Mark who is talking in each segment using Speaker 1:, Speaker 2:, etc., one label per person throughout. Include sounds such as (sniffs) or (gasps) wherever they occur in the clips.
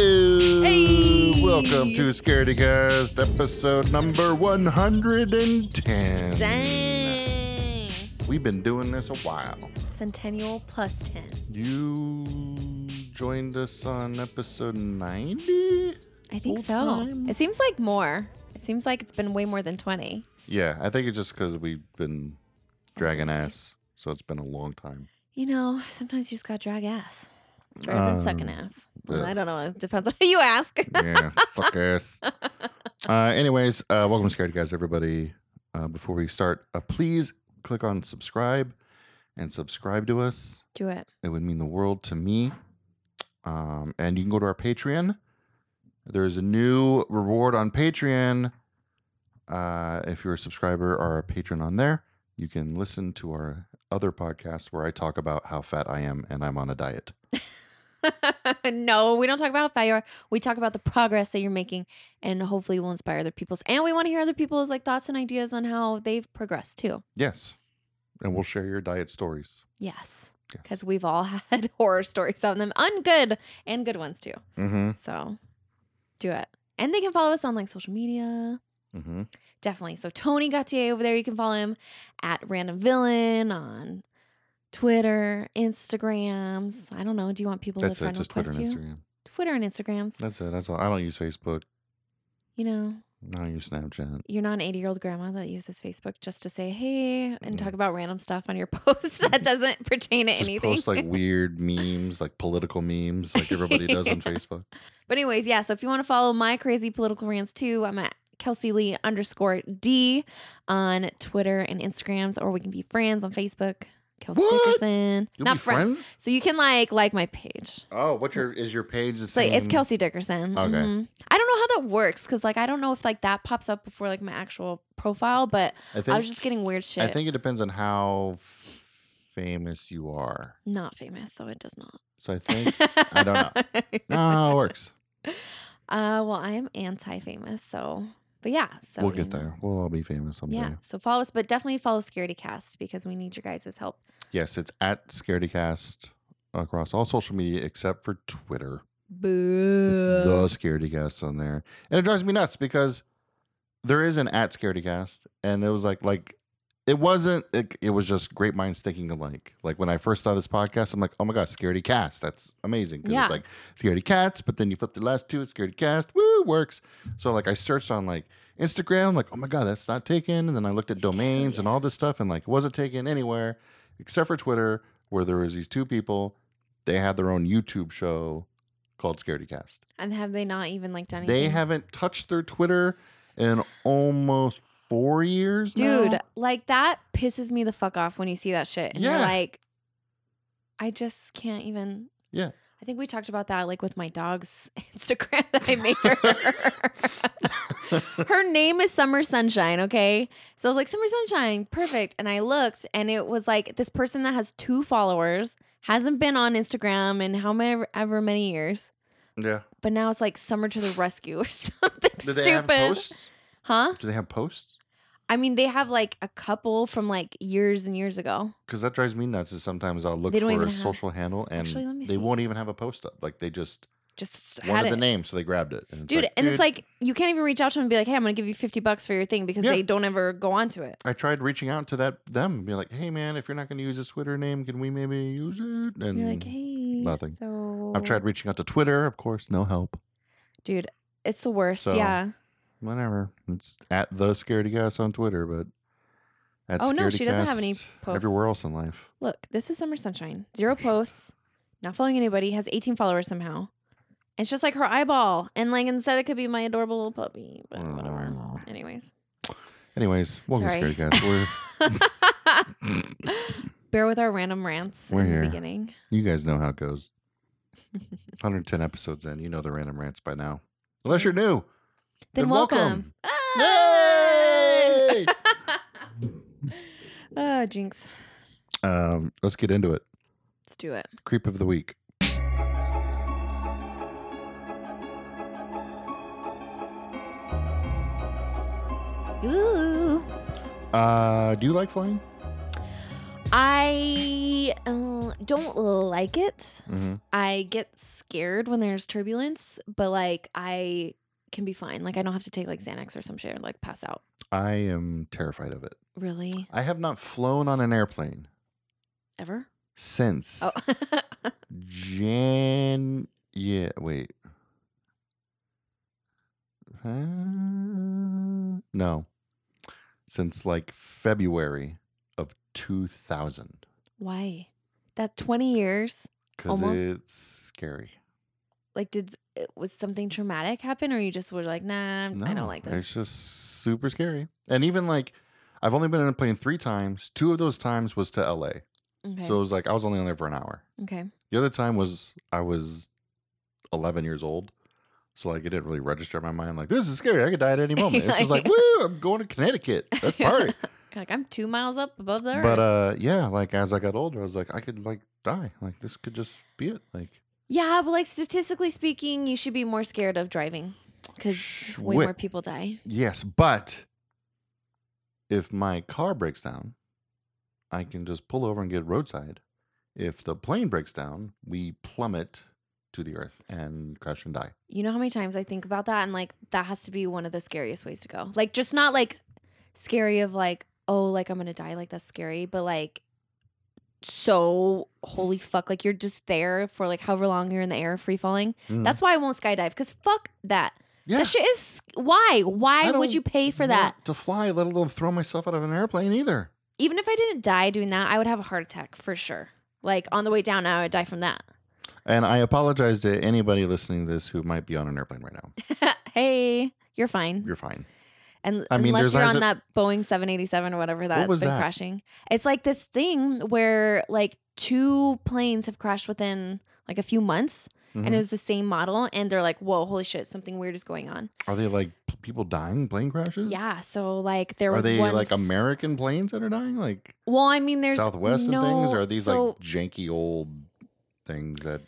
Speaker 1: Hey,
Speaker 2: Hey.
Speaker 1: welcome to Scaredy Cast, episode number 110.
Speaker 2: Dang.
Speaker 1: We've been doing this a while.
Speaker 2: Centennial plus 10.
Speaker 1: You joined us on episode 90?
Speaker 2: I
Speaker 1: Full
Speaker 2: think so.
Speaker 1: time?
Speaker 2: It seems like more. It seems like it's been way more than 20.
Speaker 1: Yeah, I think it's just because we've been dragging ass, so it's been a long time.
Speaker 2: You know, sometimes you just got to drag ass. It's better than sucking
Speaker 1: Um,
Speaker 2: ass. Well,
Speaker 1: yeah.
Speaker 2: I don't know. It depends on (laughs) who you ask.
Speaker 1: yeah, suck ass. Uh, anyways, uh, welcome to Scared Guys, everybody. Uh, before we start, uh, please click on subscribe and subscribe to us.
Speaker 2: Do it.
Speaker 1: It would mean the world to me. Um, and you can go to our Patreon. There's a new reward on Patreon. Uh, if you're a subscriber or a patron on there, you can listen to our other podcast where I talk about how fat I am and I'm on a diet.
Speaker 2: (laughs) no, we don't talk about how fat you are. We talk about the progress that you're making and hopefully will inspire other people's. And we want to hear other people's like thoughts and ideas on how they've progressed too.
Speaker 1: Yes. And we'll share your diet stories.
Speaker 2: Yes.
Speaker 1: Yes.
Speaker 2: Because we've all (laughs) had horror stories on them, ungood and good ones too.
Speaker 1: Mm-hmm.
Speaker 2: So do it. And they can follow us on like social media.
Speaker 1: Mm-hmm.
Speaker 2: Definitely. So Tony Gautier over there, you can follow him at Random Villain on Twitter, Instagrams. I don't know. Do you want people
Speaker 1: That's it.
Speaker 2: to friend
Speaker 1: Just Twitter
Speaker 2: request
Speaker 1: and
Speaker 2: you?
Speaker 1: Instagram.
Speaker 2: Twitter and Instagrams.
Speaker 1: That's it. That's all. I don't use Facebook.
Speaker 2: you know,
Speaker 1: I don't use Snapchat.
Speaker 2: you're not an 80 year old grandma that uses Facebook just to say hey and
Speaker 1: Yeah.
Speaker 2: talk about random stuff on your (laughs) posts that doesn't pertain to
Speaker 1: Mm-hmm. Just
Speaker 2: anything.
Speaker 1: post like weird memes, like political memes, like everybody does
Speaker 2: (laughs)
Speaker 1: on
Speaker 2: Yeah.
Speaker 1: Facebook.
Speaker 2: But anyways, yeah. So if you want to follow my crazy political rants too, I'm at Kelsey Lee underscore D on Twitter and Instagrams, or we can be friends on Facebook. Kelsey
Speaker 1: What?
Speaker 2: Dickerson,
Speaker 1: You'll
Speaker 2: not
Speaker 1: be
Speaker 2: friend.
Speaker 1: friends?
Speaker 2: So you can like like my page.
Speaker 1: Oh, what's your is your page the
Speaker 2: So
Speaker 1: same?
Speaker 2: it's Kelsey Dickerson.
Speaker 1: Mm. Okay.
Speaker 2: Mhm. I don't know how that works because like I don't know if like that pops up before like my actual profile, but
Speaker 1: I think
Speaker 2: I was just getting weird shit.
Speaker 1: I think it depends on how f- famous you are.
Speaker 2: not famous, so it does not.
Speaker 1: So I
Speaker 2: (laughs)
Speaker 1: think I don't
Speaker 2: know. (laughs)
Speaker 1: no, it works.
Speaker 2: Uh, well, I am anti-famous, so but yeah. So
Speaker 1: we'll
Speaker 2: you
Speaker 1: get
Speaker 2: know.
Speaker 1: there. We'll all be famous someday.
Speaker 2: Yeah. So follow us, but definitely follow Scaredy Cast because we need your guys' help.
Speaker 1: Yes, it's at Scaredycast across all social media except for Twitter. It's the
Speaker 2: Boo.
Speaker 1: Scaredy Cast on there, and it drives me nuts because there is an at Scaredy Cast, and it was like like it wasn't. It, it was just great minds thinking alike. Like when I first saw this podcast, I'm like, oh my god, Scaredy Cast, that's amazing. 'Cause
Speaker 2: Yeah.
Speaker 1: it's like Scaredy Cats, but then you flip the last two, it's Scaredy Cast, woo, works. So like I searched on like Instagram, like oh my god, that's not taken, and then I looked at domains and all this stuff, and like it wasn't taken anywhere except for Twitter, where there was these two people. They had their own YouTube show called Scaredy Cast.
Speaker 2: and have they not even like done anything?
Speaker 1: They haven't touched their Twitter in almost four years. now.
Speaker 2: Dude, like that pisses me the fuck off when you see that shit. And you're
Speaker 1: Yeah.
Speaker 2: like, I just can't even.
Speaker 1: Yeah.
Speaker 2: I think we talked about that like with my dog's (laughs) Instagram that I made
Speaker 1: (laughs)
Speaker 2: her. her name is Summer Sunshine, okay? So I was like, Summer Sunshine, perfect. And I looked and it was like this person that has two followers, hasn't been on Instagram in how many ever many years.
Speaker 1: Yeah.
Speaker 2: But now it's like summer to the rescue or (laughs) something
Speaker 1: Do
Speaker 2: stupid.
Speaker 1: they have posts?
Speaker 2: Huh?
Speaker 1: Do they have posts?
Speaker 2: I mean, they have like a couple from like years and years ago.
Speaker 1: Because that drives me nuts. Is sometimes I'll look
Speaker 2: They don't
Speaker 1: for
Speaker 2: even
Speaker 1: a
Speaker 2: have-
Speaker 1: social handle and
Speaker 2: Actually, let me
Speaker 1: they
Speaker 2: see.
Speaker 1: won't even have a post up. Like they just
Speaker 2: Just had
Speaker 1: wanted
Speaker 2: it.
Speaker 1: the name, so they grabbed it. And it's
Speaker 2: Dude,
Speaker 1: like,
Speaker 2: and it's like you can't even reach out to them and be like, "Hey, I'm gonna give you fifty bucks for your thing," because
Speaker 1: Yeah.
Speaker 2: they don't ever go onto it.
Speaker 1: I tried reaching out to that them and be like, "Hey, man, if you're not going to use this Twitter name, can we maybe use it?" And
Speaker 2: You're like, "Hey,
Speaker 1: nothing.
Speaker 2: So
Speaker 1: I've tried reaching out to Twitter, of course, no help.
Speaker 2: dude. It's the worst.
Speaker 1: So,
Speaker 2: yeah.
Speaker 1: whatever. It's at the scaredy cast on Twitter, but at
Speaker 2: Oh, no,
Speaker 1: Scaredy
Speaker 2: she doesn't have any
Speaker 1: Cast
Speaker 2: posts.
Speaker 1: Everywhere else in life,
Speaker 2: Look, this is Summer Sunshine. Zero posts, not following anybody. Has 18 followers somehow. And It's just like her eyeball, and like instead it could be my adorable little puppy. But whatever.
Speaker 1: Mm.
Speaker 2: Anyways, (laughs)
Speaker 1: Anyways, welcome to
Speaker 2: Sorry.
Speaker 1: Scaredy Cast.
Speaker 2: (laughs)
Speaker 1: We're,
Speaker 2: bear with our random rants
Speaker 1: We're
Speaker 2: in
Speaker 1: here.
Speaker 2: the beginning.
Speaker 1: you guys know how it goes. 110 episodes in, you know the random rants by now. Unless you're new,
Speaker 2: Then,
Speaker 1: Then
Speaker 2: welcome.
Speaker 1: welcome.
Speaker 2: Hey! (laughs) oh, Jinx.
Speaker 1: um, let's get into it.
Speaker 2: Let's do it.
Speaker 1: Creep of the week.
Speaker 2: Ooh.
Speaker 1: Uh, do you like flying?
Speaker 2: I uh, don't like it.
Speaker 1: Mm-hmm.
Speaker 2: I get scared when there's turbulence, but like I can be fine. Like I don't have to take like Xanax or some shit or like pass out.
Speaker 1: I am terrified of it.
Speaker 2: Really?
Speaker 1: I have not flown on an airplane
Speaker 2: Ever?
Speaker 1: since
Speaker 2: Oh. (laughs)
Speaker 1: Jan. Yeah, wait. Uh, no, since like February of 2000
Speaker 2: Why? That 20 years?
Speaker 1: because
Speaker 2: Almost.
Speaker 1: it's scary.
Speaker 2: Like did was something traumatic happen or you just were like, "Nah, I
Speaker 1: No,
Speaker 2: don't like
Speaker 1: It's
Speaker 2: this."
Speaker 1: just super scary. And even like, I've only been on a plane three times. Two of those times was to LA.
Speaker 2: Okay.
Speaker 1: So it was like, I was only on there for an hour.
Speaker 2: okay.
Speaker 1: The other time was I was 11 years old. So like, it didn't really register in my mind. Like, this is scary. I could die at any moment. It's (laughs) just like,
Speaker 2: Like-
Speaker 1: woo, I'm going to Connecticut.
Speaker 2: (laughs)
Speaker 1: That's (laughs) party.
Speaker 2: You're like I'm 2 miles up above the
Speaker 1: but
Speaker 2: earth."
Speaker 1: uh, yeah, like as I got older, I was like, I could like die. Like, this could just be it. Like,
Speaker 2: yeah, but like statistically speaking, you should be more scared of driving cuz
Speaker 1: Sh-
Speaker 2: way
Speaker 1: wait.
Speaker 2: more people die.
Speaker 1: yes, but if my car breaks down, I can just pull over and get roadside. If the plane breaks down, we plummet to the earth and crash and die.
Speaker 2: You know how many times I think about that and like that has to be one of the scariest ways to go. Like just not like scary of like oh like I'm going to die like that's scary, but like so holy fuck like you're just there for like however long you're in the air free falling.
Speaker 1: Mm.
Speaker 2: That's why I won't skydive cuz fuck that.
Speaker 1: yeah.
Speaker 2: That shit is why? Why
Speaker 1: I
Speaker 2: would
Speaker 1: don't
Speaker 2: you pay for
Speaker 1: want
Speaker 2: that?
Speaker 1: to fly, let alone throw myself out of an airplane either.
Speaker 2: Even if I didn't die doing that, I would have a heart attack for sure. Like on the way down I would die from that. (laughs)
Speaker 1: And I apologize to anybody listening to this who might be on an airplane right
Speaker 2: (laughs)
Speaker 1: now.
Speaker 2: hey, you're fine.
Speaker 1: You're fine.
Speaker 2: And
Speaker 1: I mean,
Speaker 2: unless
Speaker 1: there's
Speaker 2: you're
Speaker 1: times
Speaker 2: on that Boeing 787 or whatever that's
Speaker 1: was
Speaker 2: been
Speaker 1: that?
Speaker 2: crashing. It's like this thing where like two planes have crashed within like a few months and
Speaker 1: Mhm.
Speaker 2: it was the same model and they're like, "Whoa, holy shit, something weird is going
Speaker 1: (gasps)
Speaker 2: on."
Speaker 1: Are they like p- people dying in plane crashes?
Speaker 2: Yeah, so like there
Speaker 1: Are
Speaker 2: was
Speaker 1: they
Speaker 2: one
Speaker 1: like
Speaker 2: f-
Speaker 1: American planes that are dying? Like
Speaker 2: Well, I mean there's
Speaker 1: Southwest and things?
Speaker 2: no-
Speaker 1: Or are these
Speaker 2: so-
Speaker 1: like janky old things that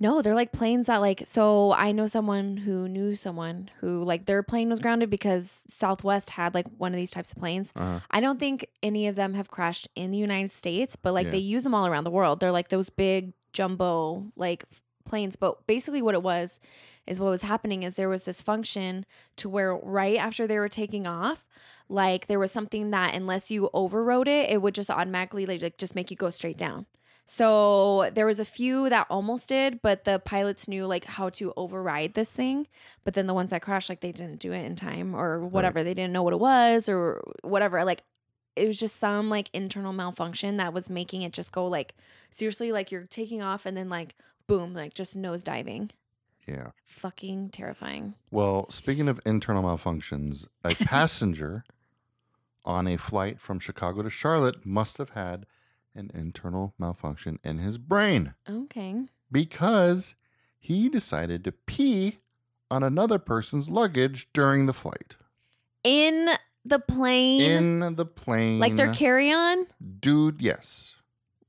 Speaker 2: No, they're like planes that like so I know someone who knew someone who like their plane was grounded because Southwest had like one of these types of planes.
Speaker 1: uh,
Speaker 2: I don't think any of them have crashed in the United States, but like
Speaker 1: Yeah.
Speaker 2: they use them all around the world. They're like those big jumbo like f- planes. But basically, what it was is what was happening is there was this function to where right after they were taking off, like there was something that unless you overrode it, it would just automatically like, like just make you go straight down. So there was a few that almost did, but the pilots knew like how to override this thing. But then the ones that crashed, like they didn't do it in time or whatever. They didn't know what it was or whatever. Like it was just some like internal malfunction that was making it just go like seriously, like you're taking off and then like boom, like just nose diving.
Speaker 1: yeah.
Speaker 2: Fucking terrifying.
Speaker 1: Well, speaking of internal malfunctions,
Speaker 2: (laughs)
Speaker 1: a passenger on a flight from Chicago to Charlotte must have had an internal malfunction in his brain
Speaker 2: Okay.
Speaker 1: because he decided to pee on another person's luggage during the flight
Speaker 2: In the plane,
Speaker 1: in the plane.
Speaker 2: like their carry on.
Speaker 1: dude, yes.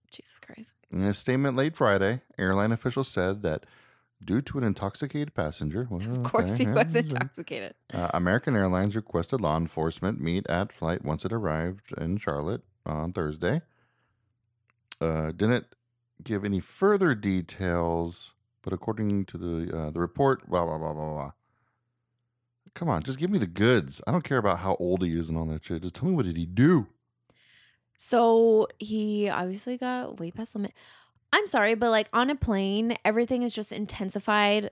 Speaker 2: Jesus Christ.
Speaker 1: In a statement late Friday, airline officials said that due to an intoxicated passenger,
Speaker 2: (laughs) Of course he was intoxicated.
Speaker 1: Uh, American Airlines requested law enforcement meet at flight once it arrived in Charlotte on Thursday. Uh, didn't give any further details, but according to the uh, the report, blah blah blah blah blah. Come on, just give me the goods. I don't care about how old he is and all that shit. Just tell me what did he do?
Speaker 2: So he obviously got way past limit. I'm sorry, but like on a plane, everything is just intensified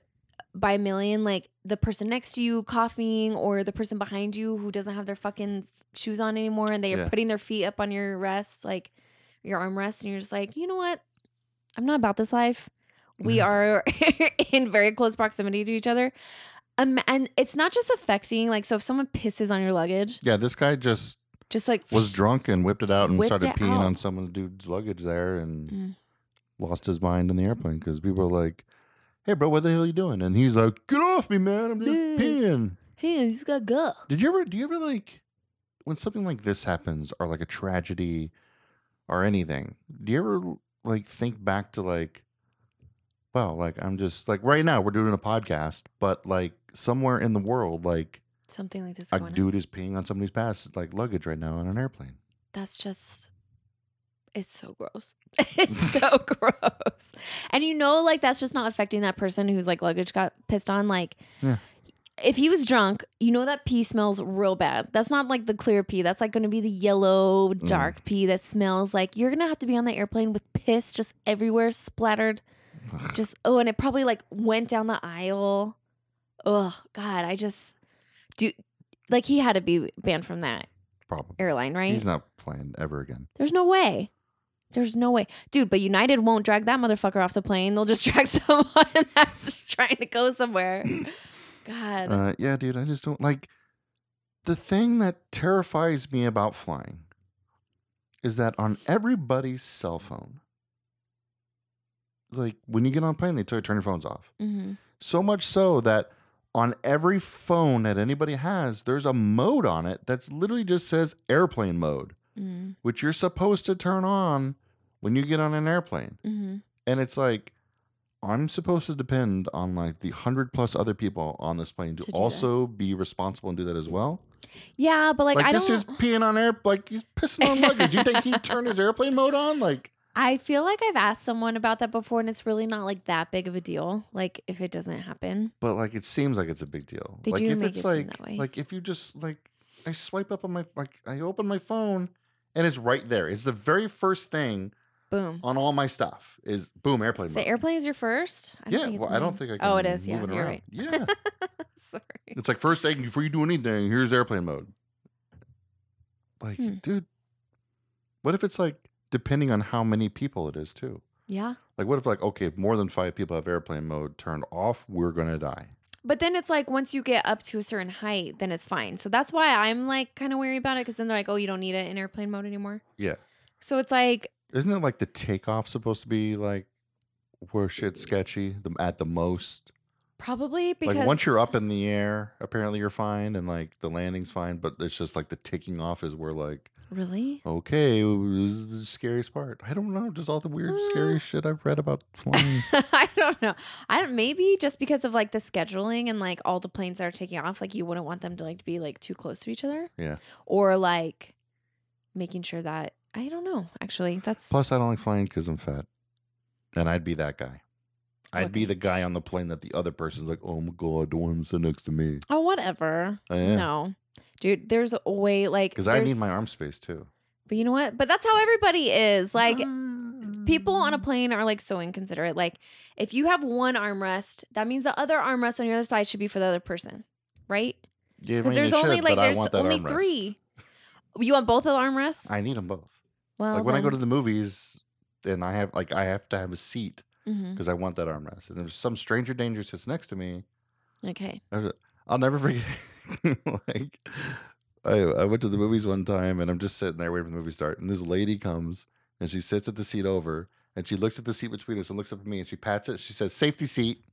Speaker 2: by a million. Like the person next to you coughing, or the person behind you who doesn't have their fucking shoes on anymore, and they
Speaker 1: Yeah.
Speaker 2: are putting their feet up on your rest, like your armrest, and you're just like, you know what? I'm not about this life. We
Speaker 1: Mm-hmm.
Speaker 2: are (laughs) in very close proximity to each other. Um, and it's not just affecting like so if someone pisses on your luggage,
Speaker 1: Yeah, this guy just
Speaker 2: just like
Speaker 1: was drunk and whipped it
Speaker 2: Just
Speaker 1: out and
Speaker 2: whipped
Speaker 1: started
Speaker 2: it
Speaker 1: peeing
Speaker 2: out.
Speaker 1: on some dude's luggage there and
Speaker 2: Mm.
Speaker 1: lost his mind in the airplane because people were like, "Hey, bro, what the hell are you doing?" And he's like, "Get off me, man! I'm just
Speaker 2: Yeah.
Speaker 1: peeing."
Speaker 2: Hey, he's got go.
Speaker 1: Did you ever? Do you ever like when something like this happens, or like a tragedy, or anything? Do you ever like think back to like, wow, like I'm just like right now we're doing a podcast, but like somewhere in the world, like
Speaker 2: Something like this. is
Speaker 1: A
Speaker 2: going on.
Speaker 1: dude is peeing on somebody's pass like luggage right now on an airplane.
Speaker 2: that's just it's so
Speaker 1: (laughs)
Speaker 2: gross. (laughs) It's so gross. And you know, like that's just not affecting that person whose like luggage got pissed on. Like
Speaker 1: Yeah.
Speaker 2: if he was drunk, you know that pee smells real bad. That's not like the clear pee. That's like gonna be the yellow,
Speaker 1: Mm.
Speaker 2: dark pee that smells like you're gonna have to be on the airplane with piss just everywhere splattered.
Speaker 1: Ugh.
Speaker 2: Just oh, and it probably like went down the aisle. Oh God, I just do like he had to be banned from that
Speaker 1: Probably.
Speaker 2: airline, right?
Speaker 1: He's not flying ever again.
Speaker 2: There's no way. There's no way. Dude, but United won't drag that motherfucker off the plane. They'll just (laughs) drag someone that's just trying to go
Speaker 1: (clears throat)
Speaker 2: somewhere. God.
Speaker 1: Uh, yeah, dude, I just don't like the thing that terrifies me about flying is that on everybody's cell phone, like when you get on a plane, they tell you turn your phones off.
Speaker 2: hmm
Speaker 1: So much so that on every phone that anybody has, there's a mode on it that's literally just says airplane mode,
Speaker 2: mm
Speaker 1: which you're supposed to turn on when you get on an airplane.
Speaker 2: Mhm.
Speaker 1: and it's like I'm supposed to depend on like the hundred plus other people on this plane to,
Speaker 2: To do
Speaker 1: also be responsible and do that as well.
Speaker 2: Yeah, but like,
Speaker 1: Like,
Speaker 2: I
Speaker 1: this
Speaker 2: don't.
Speaker 1: is peeing on air, like he's pissing on luggage. you think he turned his airplane mode on? Like,
Speaker 2: I feel like I've asked someone about that before, and it's really not like that big of a deal. Like if it doesn't happen,
Speaker 1: but like it seems like it's a big deal.
Speaker 2: They
Speaker 1: like
Speaker 2: do
Speaker 1: if
Speaker 2: make
Speaker 1: it's
Speaker 2: it seem
Speaker 1: like
Speaker 2: that way.
Speaker 1: like if you just like I swipe up on my like I open my phone and it's right there. It's the very first thing
Speaker 2: boom.
Speaker 1: on all my stuff is boom airplane
Speaker 2: So
Speaker 1: mode.
Speaker 2: airplane is your first. I
Speaker 1: yeah,
Speaker 2: it's
Speaker 1: well, I don't
Speaker 2: mine.
Speaker 1: think I can.
Speaker 2: Oh, it is. Yeah,
Speaker 1: move it
Speaker 2: you're
Speaker 1: around.
Speaker 2: right. (laughs)
Speaker 1: Yeah,
Speaker 2: Sorry.
Speaker 1: (laughs) It's like first thing before you do anything, here's airplane mode. Like,
Speaker 2: Hmm.
Speaker 1: dude, what if it's like depending on how many people it is too?
Speaker 2: Yeah.
Speaker 1: Like, what if like okay, if more than five people have airplane mode turned off, we're gonna die.
Speaker 2: But then it's like once you get up to a certain height, then it's fine. So that's why I'm like kind of worried about it because then they're like, oh, you don't need it in airplane mode anymore.
Speaker 1: Yeah,
Speaker 2: So it's like,
Speaker 1: isn't it like the takeoff supposed to be like where shit's sketchy the, at the most?
Speaker 2: Probably because
Speaker 1: like once you're up in the air, apparently you're fine, and like the landing's fine, but it's just like the taking off is where like
Speaker 2: (laughs) Really? (laughs)
Speaker 1: okay, this is the scariest part. I don't know, just all the weird, scary
Speaker 2: Mm.
Speaker 1: shit I've read
Speaker 2: (laughs)
Speaker 1: about flying.
Speaker 2: I don't know. I don't maybe just because of like the scheduling and like all the planes that are taking off, like you wouldn't want them to like be like too close to each other.
Speaker 1: Yeah.
Speaker 2: Or like making sure that I don't know. Actually, that's
Speaker 1: Plus, I don't like
Speaker 2: (laughs)
Speaker 1: flying because I'm fat, and I'd be that guy. I'd be
Speaker 2: Okay.
Speaker 1: the guy on the plane that the other person's like, "Oh my god, the one sit next to me."
Speaker 2: oh whatever.
Speaker 1: I am.
Speaker 2: No. Dude, there's a way like
Speaker 1: because I need
Speaker 2: there's-
Speaker 1: my arm space too.
Speaker 2: But you know what? But that's how everybody is. Like people on a
Speaker 1: Mm.
Speaker 2: plane are like so inconsiderate. Like if you have one armrest, that means the other armrest on your other side should be for the other person, right?
Speaker 1: Yeah, I
Speaker 2: Because
Speaker 1: mean,
Speaker 2: there's
Speaker 1: it
Speaker 2: only
Speaker 1: should,
Speaker 2: like
Speaker 1: but I
Speaker 2: there's
Speaker 1: want that
Speaker 2: only
Speaker 1: armrest.
Speaker 2: three. You want both of the armrests?
Speaker 1: I need them both.
Speaker 2: well,
Speaker 1: like when I go to the movies, then I have like I have to have a seat
Speaker 2: Mm-hmm. Mm.
Speaker 1: because I want that armrest. And if some stranger danger sits next to me,
Speaker 2: okay.
Speaker 1: I'll never forget. (laughs) like, I, I went to the movies one time and I'm just sitting there waiting for the movie to start. And this lady comes and she sits at the seat over and she looks at the seat between us and looks up at me and she pats it. She says, safety seat.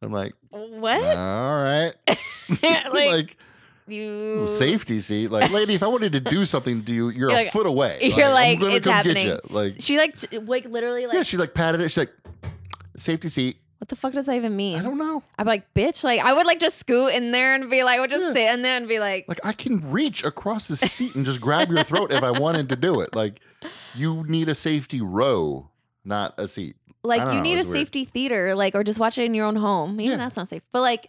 Speaker 1: I'm like,
Speaker 2: What?
Speaker 1: all right.
Speaker 2: (laughs)
Speaker 1: (laughs)
Speaker 2: like,
Speaker 1: like,
Speaker 2: you
Speaker 1: safety seat.
Speaker 2: (laughs)
Speaker 1: Like, lady, if I wanted to do something to you, you're,
Speaker 2: You're
Speaker 1: a
Speaker 2: like-
Speaker 1: foot away.
Speaker 2: you're like, "It's happening."
Speaker 1: ya." Like,
Speaker 2: She like t- like literally like
Speaker 1: yeah, she like patted it. She's like, safety seat.
Speaker 2: what the fuck does that even mean?
Speaker 1: I don't know.
Speaker 2: I'm like bitch. Like I would like just scoot in there and be like, I would just
Speaker 1: Yeah.
Speaker 2: sit in there and be like,
Speaker 1: Like I can reach across the seat and just grab your throat if I wanted to do it. Like you need a safety row, not a seat.
Speaker 2: like
Speaker 1: don't
Speaker 2: you
Speaker 1: know,
Speaker 2: need
Speaker 1: it
Speaker 2: a
Speaker 1: was weird.
Speaker 2: safety theater like or just watch it in your own home maybe
Speaker 1: Yeah.
Speaker 2: that's not safe but like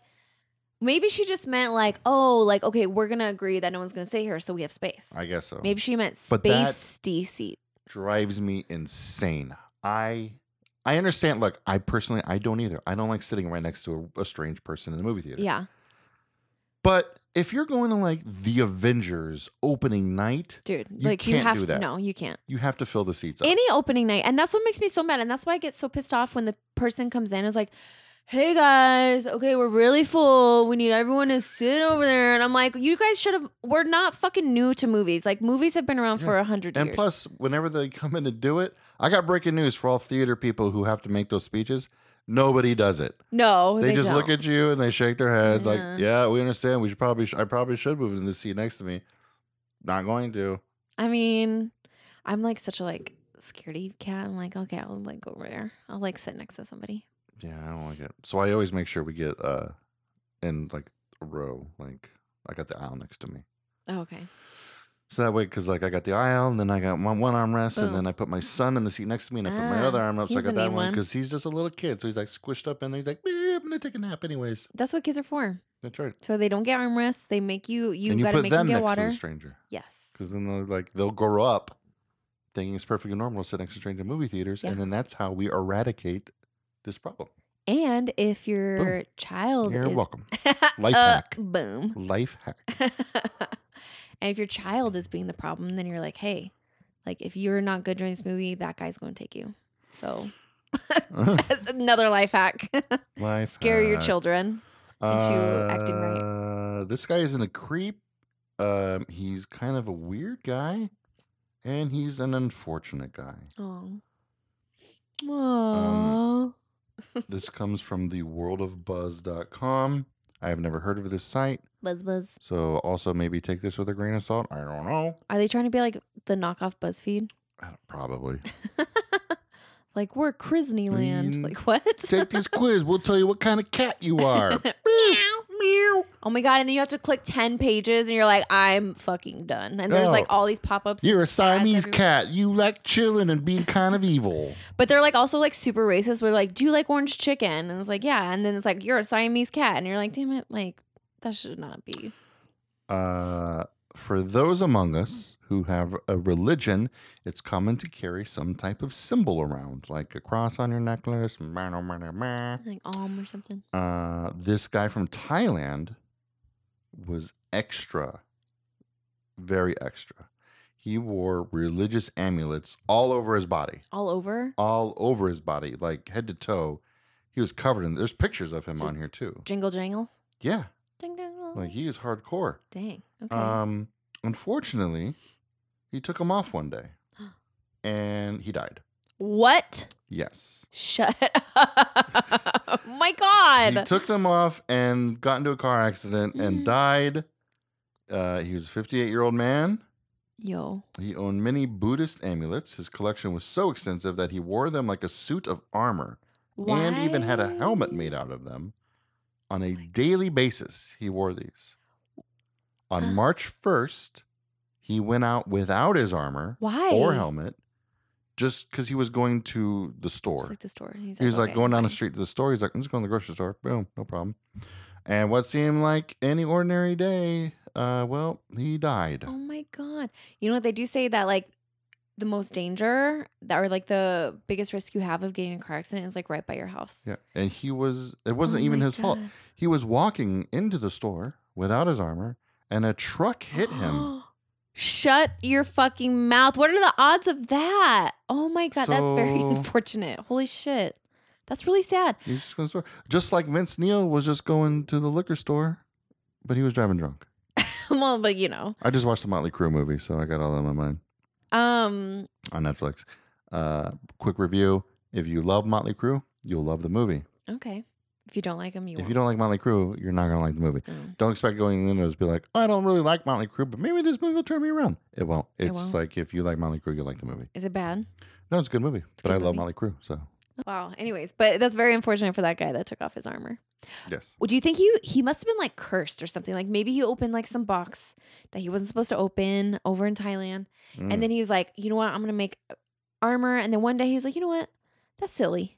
Speaker 2: maybe she just meant like oh like okay we're gonna agree that no one's gonna stay here so we have space
Speaker 1: I guess so.
Speaker 2: maybe she meant
Speaker 1: But that-
Speaker 2: space seat
Speaker 1: drives me insane. I I understand. Look, I personally I don't either. I don't like sitting right next to a, a strange person in the movie theater.
Speaker 2: yeah
Speaker 1: But if you're going to like the Avengers opening night,
Speaker 2: dude
Speaker 1: You
Speaker 2: like you
Speaker 1: can't
Speaker 2: have
Speaker 1: do that.
Speaker 2: no you can't
Speaker 1: you have to fill the seats up.
Speaker 2: any opening night and that's what makes me so mad and that's why i get so pissed off when the person comes in and is like hey guys okay we're really full we need everyone to sit over there and i'm like you guys should have we're not fucking new to movies like movies have been around
Speaker 1: Yeah.
Speaker 2: for a hundred years
Speaker 1: And plus, whenever they come in to do it, I got breaking news for all theater people who have to make those speeches. Nobody does it.
Speaker 2: no
Speaker 1: they,
Speaker 2: they,
Speaker 1: just
Speaker 2: don't.
Speaker 1: look at you and they shake their heads
Speaker 2: Yeah.
Speaker 1: like, "Yeah, we understand. We should probably, sh- I probably should move into the seat next to me. Not going to.
Speaker 2: I mean, I'm like such a like scaredy cat. I'm like, okay, I'll like go over there. I'll like sit next to somebody.
Speaker 1: Yeah, I don't like it. So I always make sure we get uh in like a row, like I got the aisle next to me.
Speaker 2: Oh, okay.
Speaker 1: So that way, because like I got the aisle, and then I got my one armrest, and then
Speaker 2: Boom.
Speaker 1: I
Speaker 2: (laughs)
Speaker 1: put my son in the seat next to me, and I put my
Speaker 2: Oh. Ah,
Speaker 1: other arm up. So I
Speaker 2: he's a
Speaker 1: got that
Speaker 2: neat
Speaker 1: one
Speaker 2: one.
Speaker 1: because he's just a little kid, so he's like squished up, and he's like, "Beep, "I'm gonna take a nap anyways."
Speaker 2: That's what kids are for.
Speaker 1: That's right.
Speaker 2: So they don't get armrests. They make you. You
Speaker 1: and you
Speaker 2: got to
Speaker 1: put
Speaker 2: make
Speaker 1: them
Speaker 2: them
Speaker 1: next
Speaker 2: get
Speaker 1: to
Speaker 2: water.
Speaker 1: the stranger
Speaker 2: Yes.
Speaker 1: because then they're like they'll grow up thinking it's perfectly normal to sit next to strangers in movie theaters,
Speaker 2: Yeah.
Speaker 1: and then that's how we eradicate this problem.
Speaker 2: And if your child
Speaker 1: You're
Speaker 2: is
Speaker 1: welcome. (laughs)
Speaker 2: Life
Speaker 1: hack.
Speaker 2: Uh, Boom. (laughs)
Speaker 1: Life hack. (laughs)
Speaker 2: and if your child is being the problem, then you're like, hey, like if you're not good during this movie, that guy's going to take you. So that's another life hack. (laughs)
Speaker 1: Life.
Speaker 2: Scare your
Speaker 1: hack.
Speaker 2: children. into acting right.
Speaker 1: Uh, This guy isn't a creep. Um, he's kind of a weird guy, and he's an unfortunate guy. Um,
Speaker 2: Oh. (laughs)
Speaker 1: this comes from the worldofbuzz.com. I have never heard of this site,
Speaker 2: buzz buzz.
Speaker 1: so also maybe take this with a grain of salt. I don't know.
Speaker 2: Are they trying to be like the knockoff BuzzFeed?
Speaker 1: I don't- Probably.
Speaker 2: like we're Disneyland.
Speaker 1: Mm.
Speaker 2: Like what?
Speaker 1: take this quiz. We'll tell you what kind of cat you
Speaker 2: (laughs)
Speaker 1: are.
Speaker 2: Meow. Oh my god! And then you have to click ten pages, and you're like, I'm fucking done. And there's
Speaker 1: No.
Speaker 2: like all these pop ups.
Speaker 1: You're a Siamese
Speaker 2: everywhere.
Speaker 1: cat. You like chilling and being kind of evil.
Speaker 2: But they're like also like super racist. We're like, do you like orange chicken? And it's like, yeah. And then it's like, you're a Siamese cat, and you're like, damn it, like that should not be.
Speaker 1: Uh, for those among us who have a religion, it's common to carry some type of symbol around, like a cross on your necklace. meh, meh, meh, meh.
Speaker 2: Like om or something.
Speaker 1: Uh, this guy from Thailand was extra, very extra. He wore religious amulets all over his body,
Speaker 2: All over.
Speaker 1: all over his body, like head to toe. He was covered in. There's pictures of him
Speaker 2: So-
Speaker 1: on here too.
Speaker 2: Jingle jangle.
Speaker 1: Yeah,
Speaker 2: Ding dong.
Speaker 1: like he is hardcore.
Speaker 2: Dang. Oh. Okay.
Speaker 1: Um, unfortunately, he took him off one
Speaker 2: (gasps)
Speaker 1: day, and he died.
Speaker 2: what?
Speaker 1: Yes,
Speaker 2: Shut up. (laughs) my
Speaker 1: he
Speaker 2: god.
Speaker 1: took them off and got into a car accident and
Speaker 2: Mm.
Speaker 1: died. Uh, he was a 58 year old man.
Speaker 2: Yo.
Speaker 1: He owned many Buddhist amulets. His collection was so extensive that he wore them like a suit of armor and even had a helmet made out of them. On
Speaker 2: Oh
Speaker 1: a daily basis, he wore these.
Speaker 2: Ah.
Speaker 1: On March 1st, he went out without his armor.
Speaker 2: Why?
Speaker 1: or helmet just because he was going to the store.
Speaker 2: It's like the store. and He's
Speaker 1: he was like
Speaker 2: okay,
Speaker 1: going down the
Speaker 2: fine.
Speaker 1: street to the store. He's like, I'm just going to the grocery store. Boom, no problem. And what seemed like any ordinary day, uh, well, he died.
Speaker 2: Oh my god! You know what they do say that like the most danger that or like the biggest risk you have of getting in a car accident is like right by your house.
Speaker 1: Yeah. And he was, it wasn't
Speaker 2: Oh
Speaker 1: even
Speaker 2: my
Speaker 1: his fault.
Speaker 2: God.
Speaker 1: He was walking into the store without his armor and a truck hit him.
Speaker 2: (gasps) Shut your fucking mouth! What are the odds of that? Oh my god, that's very
Speaker 1: So-
Speaker 2: (laughs) unfortunate. Holy shit, that's really sad. (laughs)
Speaker 1: He was just going to the store. Just like Vince Neil was just going to the liquor store, but he was driving drunk.
Speaker 2: well, but you know,
Speaker 1: I just watched the Motley Crue movie, so I got all that in my mind.
Speaker 2: um,
Speaker 1: on Netflix. Uh, quick review: If you love Motley Crue, you'll love the movie.
Speaker 2: okay. If you don't like him, you
Speaker 1: if
Speaker 2: won't.
Speaker 1: you don't like Motley Crue, you're not gonna like the movie.
Speaker 2: Mm.
Speaker 1: Don't expect going in there to be like, I don't really like Motley Crue, but maybe this movie will turn me around. It won't.
Speaker 2: It
Speaker 1: It's
Speaker 2: won't.
Speaker 1: like if you like Motley Crue, you'll like the movie.
Speaker 2: Is it bad?
Speaker 1: No, it's a good movie,
Speaker 2: a
Speaker 1: but
Speaker 2: good
Speaker 1: I love
Speaker 2: movie.
Speaker 1: Motley Crue, so
Speaker 2: Wow. Anyways, but that's very unfortunate for that guy that took off his armor.
Speaker 1: yes.
Speaker 2: Well, do you think he he must have been like cursed or something? Like maybe he opened like some box that he wasn't supposed to open over in Thailand,
Speaker 1: Mm.
Speaker 2: and then he was like, you know what, I'm gonna make uh, armor. And then one day he was like, you know what, that's silly.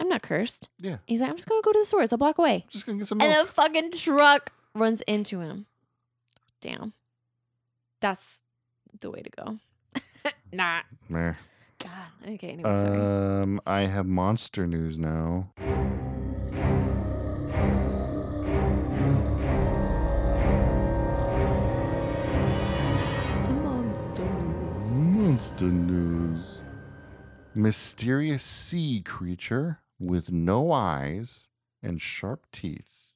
Speaker 2: I'm not cursed.
Speaker 1: yeah,
Speaker 2: He's like, I'm just gonna go to the store. It's a block away.
Speaker 1: just gonna get some
Speaker 2: And
Speaker 1: milk.
Speaker 2: a fucking truck runs into him. Damn, that's the way to go. (laughs) nah. Uh,
Speaker 1: Meh.
Speaker 2: God. Okay. Anyway, Oh, sorry.
Speaker 1: Um, I have monster news now.
Speaker 2: The monster news.
Speaker 1: Monster news. Mysterious sea creature with no eyes and sharp teeth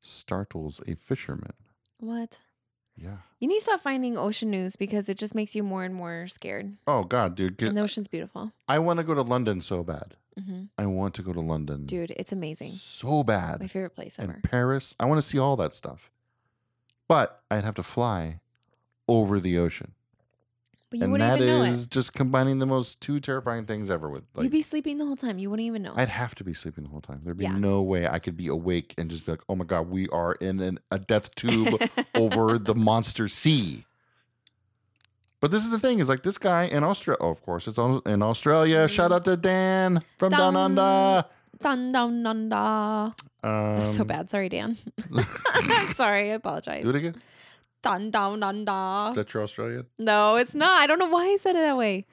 Speaker 1: startles a fisherman.
Speaker 2: What?
Speaker 1: Yeah.
Speaker 2: You need to stop finding ocean news because it just makes you more and more scared.
Speaker 1: Oh God, dude. get-
Speaker 2: And the ocean's beautiful.
Speaker 1: I want to go to London so bad.
Speaker 2: hmm
Speaker 1: I want to go to London.
Speaker 2: Dude, it's amazing.
Speaker 1: So
Speaker 2: My
Speaker 1: bad.
Speaker 2: favorite place ever.
Speaker 1: And Paris. I want to see all that stuff. But I'd have to fly over the ocean.
Speaker 2: But But you
Speaker 1: and
Speaker 2: wouldn't
Speaker 1: that
Speaker 2: even know
Speaker 1: is
Speaker 2: it.
Speaker 1: just combining the most two terrifying things ever with like
Speaker 2: You'd be sleeping the whole time. You wouldn't even know.
Speaker 1: I'd have to be sleeping the whole time. There'd be
Speaker 2: Yeah.
Speaker 1: no way I could be awake and just be like, "Oh my god, we are in an, a death
Speaker 2: (laughs)
Speaker 1: tube over the monster sea." But this is the thing: is like this guy in Australia. Oh, of course, it's on, in Australia. Shout
Speaker 2: Mm.
Speaker 1: out to Dan from Down
Speaker 2: Dun.
Speaker 1: Under.
Speaker 2: (laughs) Dun dun dun da.
Speaker 1: Um,
Speaker 2: That's so bad. Sorry, Dan. (laughs) Sorry, I
Speaker 1: (laughs)
Speaker 2: apologize.
Speaker 1: Do it
Speaker 2: (laughs)
Speaker 1: again.
Speaker 2: Dun dun dun da.
Speaker 1: Is that your Australian?
Speaker 2: No, it's not. I don't know why I said it that way.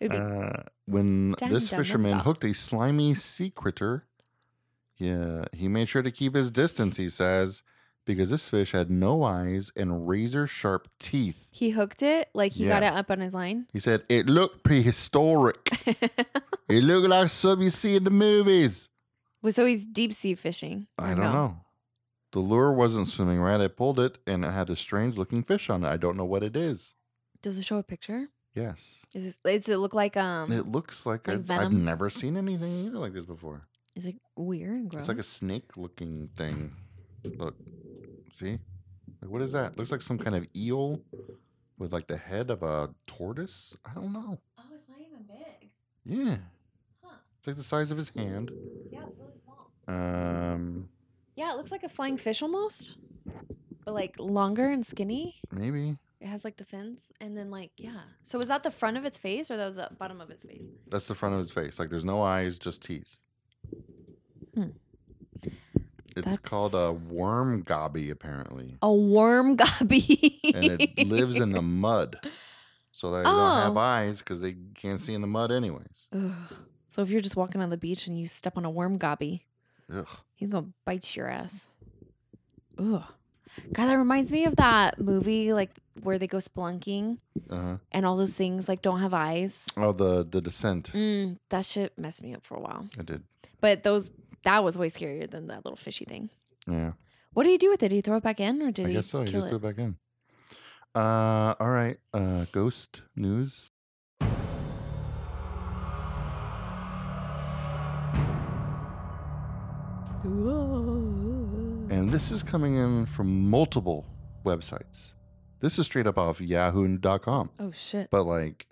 Speaker 2: It'd be
Speaker 1: Uh, when
Speaker 2: Dun,
Speaker 1: this
Speaker 2: dun, dun,
Speaker 1: fisherman
Speaker 2: dun.
Speaker 1: hooked a slimy sea critter, yeah, he made sure to keep his distance. He says because this fish had no eyes and razor sharp teeth.
Speaker 2: he hooked it, like he got it
Speaker 1: Yeah.
Speaker 2: up on his line. (laughs)
Speaker 1: He said, It looked prehistoric. it looked like something you see in the movies.
Speaker 2: Well, so he's deep sea fishing. or
Speaker 1: I don't
Speaker 2: no?
Speaker 1: know. The lure wasn't swimming right. I pulled it and it had this strange looking fish on it. I don't know what it is.
Speaker 2: Does it show a picture?
Speaker 1: Yes.
Speaker 2: Is this, does it look like um?
Speaker 1: it looks like,
Speaker 2: like
Speaker 1: a- I've
Speaker 2: venom?
Speaker 1: never seen anything either like this before.
Speaker 2: is it weird and gross?
Speaker 1: It's like a snake looking thing. Look. See? Like, what is that? Looks like some kind of eel with like the head of a tortoise. I don't know.
Speaker 2: oh, it's not even big.
Speaker 1: Yeah.
Speaker 2: Huh.
Speaker 1: It's like the size of his hand.
Speaker 2: Yeah, it's really small.
Speaker 1: Um,
Speaker 2: Yeah, it looks like a flying fish almost, but like longer and skinny.
Speaker 1: maybe.
Speaker 2: It has like the fins, and then like yeah. So was that the front of its face, or that was the bottom of its face?
Speaker 1: That's the front of his face. Like there's no eyes, just teeth.
Speaker 2: Hmm.
Speaker 1: It's called
Speaker 2: That's-
Speaker 1: a worm gobby, apparently.
Speaker 2: A (laughs) worm gobby.
Speaker 1: And it lives in the mud. So they don't have
Speaker 2: Oh.
Speaker 1: eyes because they can't see in the mud, anyways.
Speaker 2: (laughs) Ugh. So if you're just walking on the beach and you step on a worm gobby,
Speaker 1: Ugh.
Speaker 2: he's gonna bite your ass. Ugh. God, that reminds me of that movie like where they go spelunking
Speaker 1: Uh-huh.
Speaker 2: and all those things like don't have eyes.
Speaker 1: Oh, the, the descent.
Speaker 2: Mm, that shit messed me up for a while.
Speaker 1: I did.
Speaker 2: But those that was way scarier than that little fishy thing.
Speaker 1: Yeah.
Speaker 2: What did he do with it? Did he throw it back in or did
Speaker 1: I
Speaker 2: he
Speaker 1: guess so. You
Speaker 2: kill
Speaker 1: just
Speaker 2: it?
Speaker 1: threw it back in. Uh, all right. Uh, ghost news. And this is coming in from multiple websites. This is straight up off yahoo.com,
Speaker 2: oh shit.
Speaker 1: but like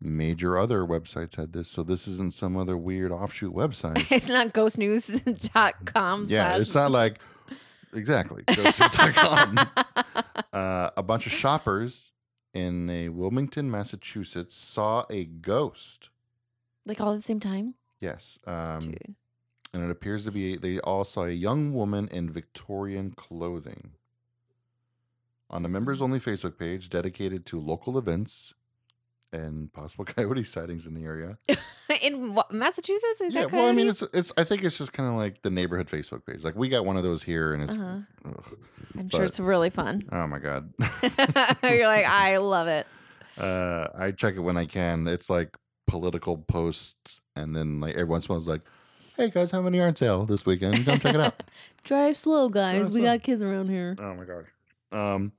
Speaker 1: major other websites had this. So this isn't some other weird offshoot website.
Speaker 2: (laughs) (laughs) it's not ghostnews.com.
Speaker 1: yeah,
Speaker 2: slash-
Speaker 1: it's not
Speaker 2: (laughs)
Speaker 1: like exactly. ghosts.com. uh, a bunch of shoppers in a Wilmington, Massachusetts saw a ghost.
Speaker 2: (laughs) like all at the same time.
Speaker 1: Yes. Um,
Speaker 2: Dude.
Speaker 1: and it appears to be they all saw a young woman in Victorian clothing. On the members
Speaker 2: Mm.
Speaker 1: only Facebook page dedicated to local events and possible (laughs) coyote sightings in the area.
Speaker 2: in what, Massachusetts? Is
Speaker 1: yeah,
Speaker 2: that
Speaker 1: well, I mean,
Speaker 2: coyote?
Speaker 1: it's it's. I think it's just kind of like the neighborhood Facebook page. Like we got one of those here, and it's
Speaker 2: Uh-huh.
Speaker 1: ugh,
Speaker 2: I'm sure
Speaker 1: but-
Speaker 2: it's really
Speaker 1: (laughs)
Speaker 2: fun. (laughs)
Speaker 1: oh my god.
Speaker 2: You're like, I love it.
Speaker 1: uh, I check it when I can. It's like political posts, and then like every once in a while, it's like, "Hey guys, having a yard sale this weekend. Come check it
Speaker 2: (laughs)
Speaker 1: out."
Speaker 2: Drive slow, guys.
Speaker 1: Drive (laughs)
Speaker 2: we
Speaker 1: slow.
Speaker 2: got kids around here.
Speaker 1: Oh my god. Um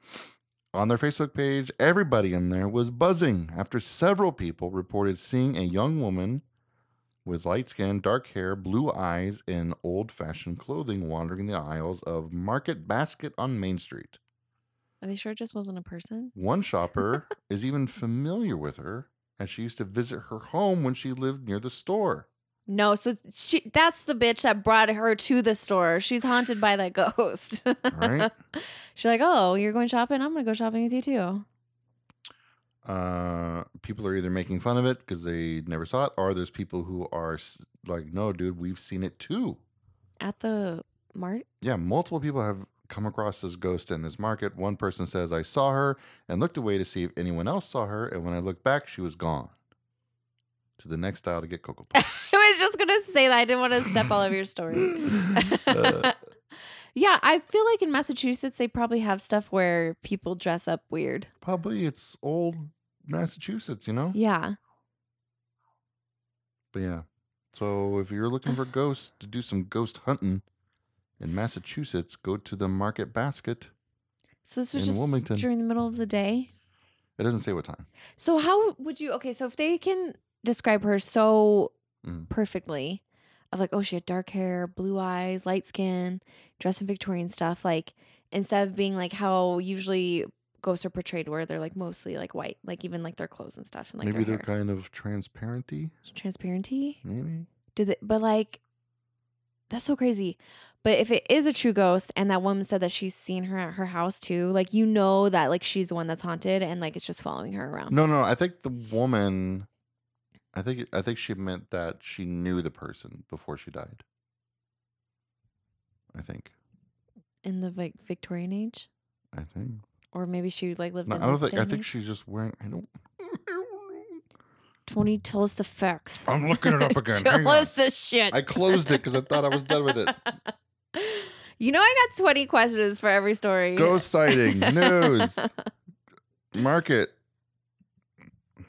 Speaker 1: on their Facebook page, everybody in there was buzzing after several people reported seeing a young woman with light skin, dark hair, blue eyes, and old fashioned clothing wandering the aisles of Market Basket on Main Street.
Speaker 2: Are they sure it just wasn't a person?
Speaker 1: One shopper is even familiar with her as she used to visit her home when she lived near the store.
Speaker 2: No, so she that's the bitch that brought her to the store. She's haunted by that ghost. (laughs)
Speaker 1: Right?
Speaker 2: She's like, Oh, you're going shopping? I'm gonna go shopping with you too.
Speaker 1: uh people are either making fun of it because they never saw it or there's people who are s- like no dude we've seen it too
Speaker 2: At the mart? (laughs)
Speaker 1: yeah multiple people have come across this ghost in this market one person says i saw her and looked away to see if anyone else saw her and when i looked back she was gone to the next aisle to get
Speaker 2: (laughs)
Speaker 1: cocoa puffs
Speaker 2: I was just gonna say that. I didn't want to step all over your story.
Speaker 1: (laughs)
Speaker 2: (laughs)
Speaker 1: Uh,
Speaker 2: yeah, I feel like in Massachusetts they probably have stuff where people dress up weird.
Speaker 1: probably it's old massachusetts you know
Speaker 2: Yeah.
Speaker 1: but yeah so if you're looking for ghosts to do some ghost hunting in massachusetts go to the market basket
Speaker 2: So this was
Speaker 1: In
Speaker 2: just
Speaker 1: Wilmington.
Speaker 2: during the middle of the day.
Speaker 1: It doesn't say what time.
Speaker 2: So how would you okay, so if they can describe her so
Speaker 1: Mm.
Speaker 2: perfectly of like, oh, she had dark hair, blue eyes, light skin, dressed in Victorian stuff, like instead of being like how usually ghosts are portrayed where they're like mostly like white, like even like their clothes and stuff and like
Speaker 1: maybe
Speaker 2: their
Speaker 1: they're
Speaker 2: hair.
Speaker 1: kind of transparenty.
Speaker 2: transparency.
Speaker 1: Maybe.
Speaker 2: Did they, but like that's so crazy. But if it is a true ghost and that woman said that she's seen her at her house too, like you know that like she's the one that's haunted and like it's just following her around.
Speaker 1: No, no. I think the woman. I think I think she meant that she knew the person before she died. I think.
Speaker 2: In the like Victorian age.
Speaker 1: I think.
Speaker 2: Or maybe she like lived
Speaker 1: No,
Speaker 2: in
Speaker 1: I don't
Speaker 2: this
Speaker 1: think.
Speaker 2: day
Speaker 1: I
Speaker 2: and
Speaker 1: think
Speaker 2: age.
Speaker 1: she's just wearing. I don't. (laughs)
Speaker 2: Tony tell us the facts. (laughs)
Speaker 1: I'm looking it up again. Oh, Hang
Speaker 2: tell
Speaker 1: on.
Speaker 2: us the shit. (laughs)
Speaker 1: I closed it because I thought I was done with it.
Speaker 2: You know I got 20 questions for every story.
Speaker 1: Ghost sighting news. Market.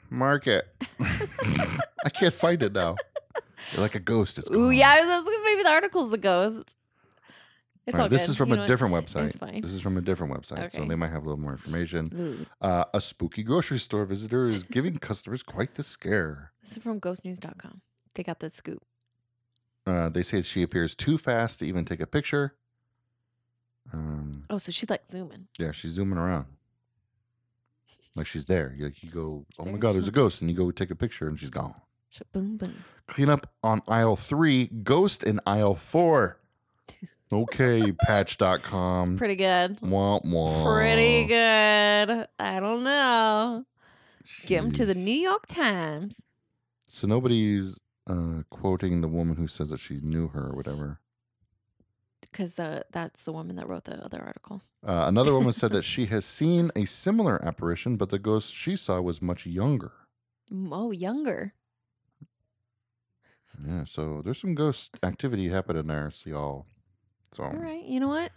Speaker 1: Market. (laughs) I can't find it now. You're like a ghost. It's
Speaker 2: Ooh,
Speaker 1: gone.
Speaker 2: yeah, I was- maybe the article's the ghost. It's
Speaker 1: All right,
Speaker 2: all
Speaker 1: this
Speaker 2: good.
Speaker 1: is from
Speaker 2: You
Speaker 1: a
Speaker 2: know what?
Speaker 1: different website.
Speaker 2: It's fine.
Speaker 1: This is from a different website, so
Speaker 2: Okay.
Speaker 1: they might have a little more information.
Speaker 2: Ooh.
Speaker 1: Uh, a spooky grocery store visitor is
Speaker 2: (laughs)
Speaker 1: giving customers quite the scare.
Speaker 2: This is from ghostnews.com. They got the scoop.
Speaker 1: Uh, they say she appears too fast to even take a picture. Um,
Speaker 2: Oh, so she's like zooming.
Speaker 1: yeah, she's zooming around, like she's there. You- Like you go, oh my
Speaker 2: There
Speaker 1: god,
Speaker 2: she
Speaker 1: there's a
Speaker 2: is.
Speaker 1: ghost, and you go take a picture, and she's gone.
Speaker 2: She, boom, boom.
Speaker 1: Clean up on aisle three, ghost in aisle
Speaker 2: (laughs)
Speaker 1: four. Okay,
Speaker 2: It's
Speaker 1: patch.com.
Speaker 2: pretty good.
Speaker 1: Womp womp.
Speaker 2: Pretty good. I don't know. Get them to the
Speaker 1: Jeez.
Speaker 2: New York Times.
Speaker 1: So nobody's uh, quoting the woman who says that she knew her or whatever.
Speaker 2: Because uh, that's the woman that wrote the other article.
Speaker 1: Uh, another woman said that she has seen a similar apparition, but the ghost she saw was much younger.
Speaker 2: Mm, Oh, younger.
Speaker 1: Yeah, so there's some ghost activity happening there, so y'all. So
Speaker 2: All right. You know what?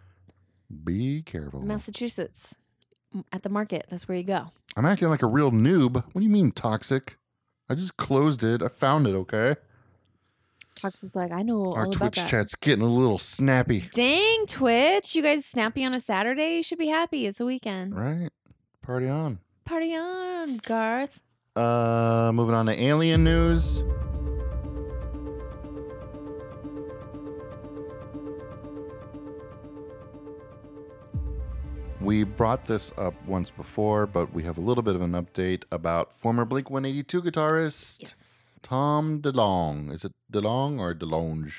Speaker 1: be careful.
Speaker 2: Massachusetts. M- At the market. That's where you go.
Speaker 1: I'm acting like a real noob. What do you mean toxic? I just closed it. I found it. Okay.
Speaker 2: Tox is like, I know
Speaker 1: Our
Speaker 2: all about
Speaker 1: Twitch
Speaker 2: that.
Speaker 1: chat's getting a little snappy,
Speaker 2: Dang, Twitch. You guys snappy on a Saturday. You should be happy. It's a weekend.
Speaker 1: right? Party on.
Speaker 2: Party on, Garth.
Speaker 1: Uh, moving on to alien news. We brought this up once before, but we have a little bit of an update about former Blink 182 guitarist
Speaker 2: Yes.
Speaker 1: Tom DeLonge. Is it DeLonge or DeLonge?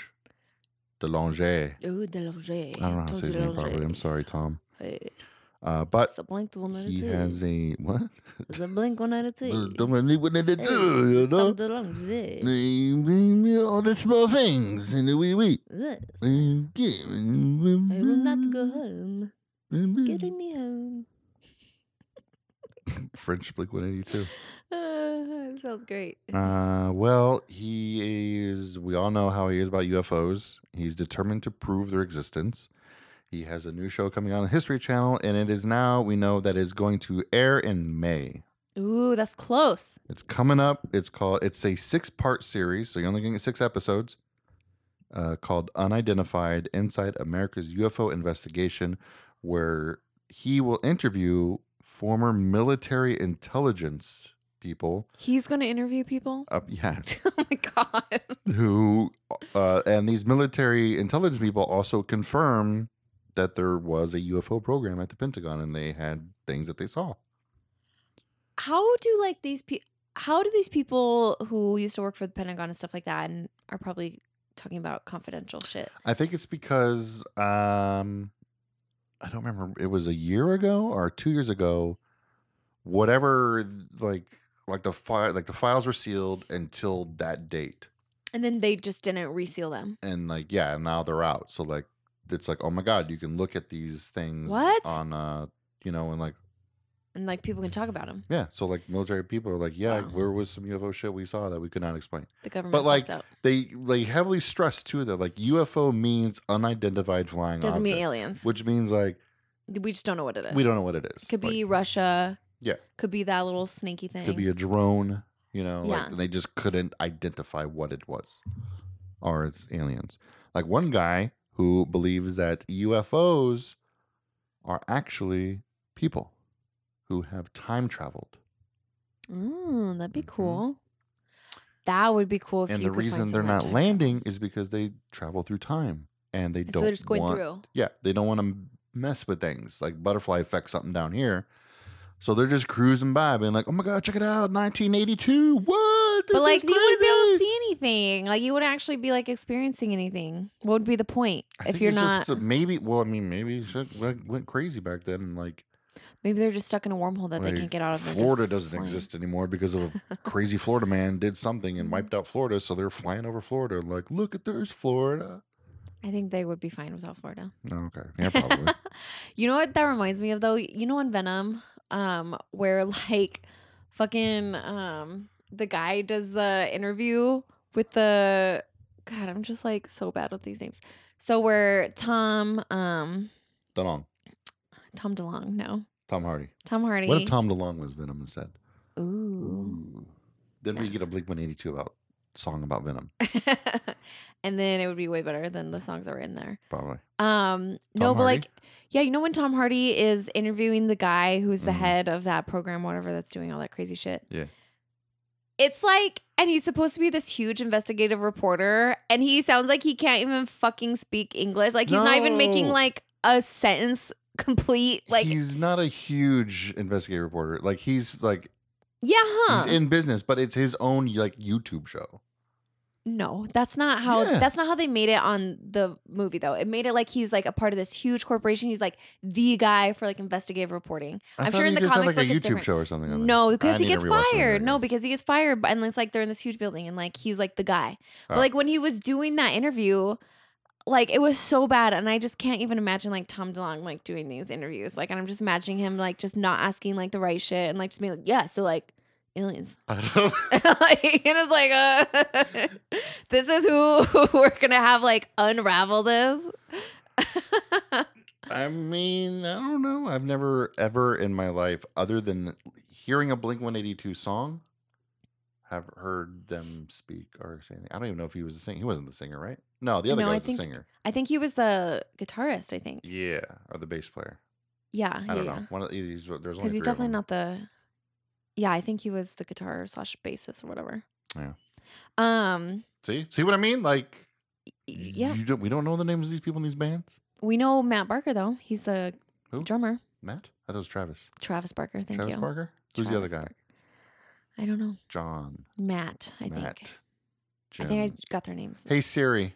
Speaker 1: DeLonge.
Speaker 2: Oh, Delanger.
Speaker 1: I don't know how to say his name properly. I'm sorry, Tom. Uh, but
Speaker 2: It's a blank one out of
Speaker 1: he
Speaker 2: two.
Speaker 1: has a what?
Speaker 2: It's a blink one out of two.
Speaker 1: Blink 182, you know? They bring me all the small things in the wee wee.
Speaker 2: I
Speaker 1: I will
Speaker 2: will not go home. Get me home.
Speaker 1: French Blink 182.
Speaker 2: Uh, sounds great.
Speaker 1: Uh, well, he is, we all know how he is about UFOs. He's determined to prove their existence. He has a new show coming out on the History Channel, and it is now, we know that it's going to air in May.
Speaker 2: Ooh, that's close.
Speaker 1: It's coming up. It's called. It's a six-part series, so you're only going to get six episodes. Uh, called "Unidentified Inside America's UFO Investigation," where he will interview former military intelligence people.
Speaker 2: He's going to interview people? (laughs)
Speaker 1: Uh, (laughs) yeah,
Speaker 2: oh my God.
Speaker 1: who uh, and these military intelligence people also confirm that there was a UFO program at the Pentagon, and they had things that they saw.
Speaker 2: How do like these people, how do these people who used to work for the Pentagon and stuff like that and are probably talking about confidential shit?
Speaker 1: I think it's because um I don't remember it was a year ago or 2 years ago whatever like like the file like the files were sealed until that date
Speaker 2: And then they just didn't reseal them.
Speaker 1: and like yeah now they're out so like it's like oh my god you can look at these things
Speaker 2: What?
Speaker 1: on uh you know and like
Speaker 2: And like people can talk about them.
Speaker 1: yeah so like military people are like yeah
Speaker 2: Wow.
Speaker 1: there was some UFO shit we saw that we could not explain
Speaker 2: The government
Speaker 1: like,
Speaker 2: fucked up.
Speaker 1: they they heavily stress too that like UFO means unidentified flying
Speaker 2: doesn't mean
Speaker 1: object,
Speaker 2: aliens.
Speaker 1: which means like
Speaker 2: we just don't know what it is.
Speaker 1: we don't know what it is.
Speaker 2: Could be
Speaker 1: Like,
Speaker 2: Russia.
Speaker 1: Yeah.
Speaker 2: Could be that little snaky thing.
Speaker 1: Could be a drone. You know, like,
Speaker 2: Yeah.
Speaker 1: and they just couldn't identify what it was, or it's aliens. Like one guy who believes that UFOs are actually people who have time traveled,
Speaker 2: Mm, that'd be
Speaker 1: Mhm.
Speaker 2: cool. That would be cool if
Speaker 1: and
Speaker 2: you
Speaker 1: the
Speaker 2: could find
Speaker 1: reason they're
Speaker 2: someone
Speaker 1: not
Speaker 2: to-
Speaker 1: landing is because they travel through time, and they
Speaker 2: And
Speaker 1: don't
Speaker 2: so they're just going
Speaker 1: want
Speaker 2: through.
Speaker 1: Yeah, they don't want to mess with things like butterfly effect something down here. So they're just cruising by, being like, "Oh my god, check it out, 1982! What? This
Speaker 2: but like
Speaker 1: is
Speaker 2: you wouldn't be able to
Speaker 1: crazy!"
Speaker 2: see anything. Like you wouldn't actually be like experiencing anything. What would be the point
Speaker 1: I
Speaker 2: if
Speaker 1: think
Speaker 2: you're
Speaker 1: it's
Speaker 2: not?
Speaker 1: just, uh, maybe. Well, I mean, maybe shit went went crazy back then. and, Like
Speaker 2: maybe they're just stuck in a wormhole that
Speaker 1: like,
Speaker 2: they can't get out of. They're
Speaker 1: Florida
Speaker 2: just
Speaker 1: doesn't
Speaker 2: flying.
Speaker 1: exist anymore because of
Speaker 2: (laughs)
Speaker 1: a crazy Florida man did something
Speaker 2: Mm-hmm.
Speaker 1: and wiped out Florida. So they're flying over Florida, like, look at there's Florida.
Speaker 2: I think they would be fine without Florida.
Speaker 1: No, okay, yeah,
Speaker 2: (laughs)
Speaker 1: probably.
Speaker 2: you know what that reminds me of though? You know in Venom, um, where (laughs) like fucking um the guy does the interview with the God, I'm just like so bad with these names. So where Tom, um
Speaker 1: DeLong,
Speaker 2: Tom DeLong, no.
Speaker 1: Tom Hardy.
Speaker 2: Tom Hardy.
Speaker 1: What if Tom DeLong was Venom instead?
Speaker 2: Ooh. (laughs)
Speaker 1: Ooh. Then we get a Blink 182 about song about Venom,
Speaker 2: and then it would be way better than the songs that were in there.
Speaker 1: probably.
Speaker 2: Um, no,
Speaker 1: Tom Hardy?
Speaker 2: but like, yeah, you know when Tom Hardy is interviewing the guy who's the
Speaker 1: Mhm.
Speaker 2: head of that program, whatever that's doing all that crazy shit.
Speaker 1: Yeah.
Speaker 2: It's like, and he's supposed to be this huge investigative reporter, and he sounds like he can't even fucking speak English. Like he's not even making
Speaker 1: No.
Speaker 2: like a sentence complete. Like,
Speaker 1: he's not a huge investigative reporter. Like he's like
Speaker 2: yeah, huh?
Speaker 1: he's in business, but it's his own like YouTube show.
Speaker 2: No, that's not how
Speaker 1: Yeah.
Speaker 2: that's not how they made it on the movie though. It made it like he was like a part of this huge corporation. He's like the guy for like investigative reporting.
Speaker 1: I
Speaker 2: I'm
Speaker 1: thought
Speaker 2: sure in
Speaker 1: he
Speaker 2: the
Speaker 1: just had,
Speaker 2: comic
Speaker 1: like
Speaker 2: book
Speaker 1: a
Speaker 2: it's
Speaker 1: YouTube
Speaker 2: different.
Speaker 1: show or something. on there.
Speaker 2: No,
Speaker 1: I
Speaker 2: because he
Speaker 1: need to
Speaker 2: gets
Speaker 1: rewatch that movie,
Speaker 2: fired.
Speaker 1: I
Speaker 2: No,
Speaker 1: guess.
Speaker 2: because he gets fired, but- and it's like they're in this huge building, and like he's like the guy. But
Speaker 1: Oh.
Speaker 2: like when he was doing that interview, like it was so bad, and I just can't even imagine like Tom DeLonge like doing these interviews. Like, and I'm just imagining him like just not asking like the right shit, and like just being like, yeah, so like aliens. (laughs)
Speaker 1: I don't-
Speaker 2: like, and it's like, uh, (laughs) this is who (laughs) we're gonna have like unravel this. (laughs)
Speaker 1: I mean, I don't know. I've never ever in my life, other than hearing a Blink 182 song, have heard them speak or say anything. I don't even know if he was a singer. He wasn't the singer, right? No, the other
Speaker 2: No,
Speaker 1: guy
Speaker 2: I
Speaker 1: was the
Speaker 2: think-
Speaker 1: singer.
Speaker 2: I think he was the guitarist. I think.
Speaker 1: Yeah, or the bass player.
Speaker 2: Yeah.
Speaker 1: I
Speaker 2: yeah,
Speaker 1: don't
Speaker 2: yeah.
Speaker 1: know. One of these. There's only
Speaker 2: because he's
Speaker 1: three of
Speaker 2: definitely
Speaker 1: them.
Speaker 2: not the yeah i think he was the guitar slash bassist or whatever
Speaker 1: Yeah.
Speaker 2: um
Speaker 1: See, see what I mean? Like,
Speaker 2: y- yeah
Speaker 1: you don't, we don't know the names of these people in these bands.
Speaker 2: we know matt barker though he's the
Speaker 1: Who?
Speaker 2: drummer
Speaker 1: Matt, I thought it was Travis.
Speaker 2: travis barker thank
Speaker 1: Travis
Speaker 2: you
Speaker 1: Barker. Who's the other
Speaker 2: Travis
Speaker 1: guy?
Speaker 2: Barker. i don't know
Speaker 1: John.
Speaker 2: matt i
Speaker 1: Matt.
Speaker 2: think i think i
Speaker 1: Jim.
Speaker 2: got their names
Speaker 1: Hey Siri.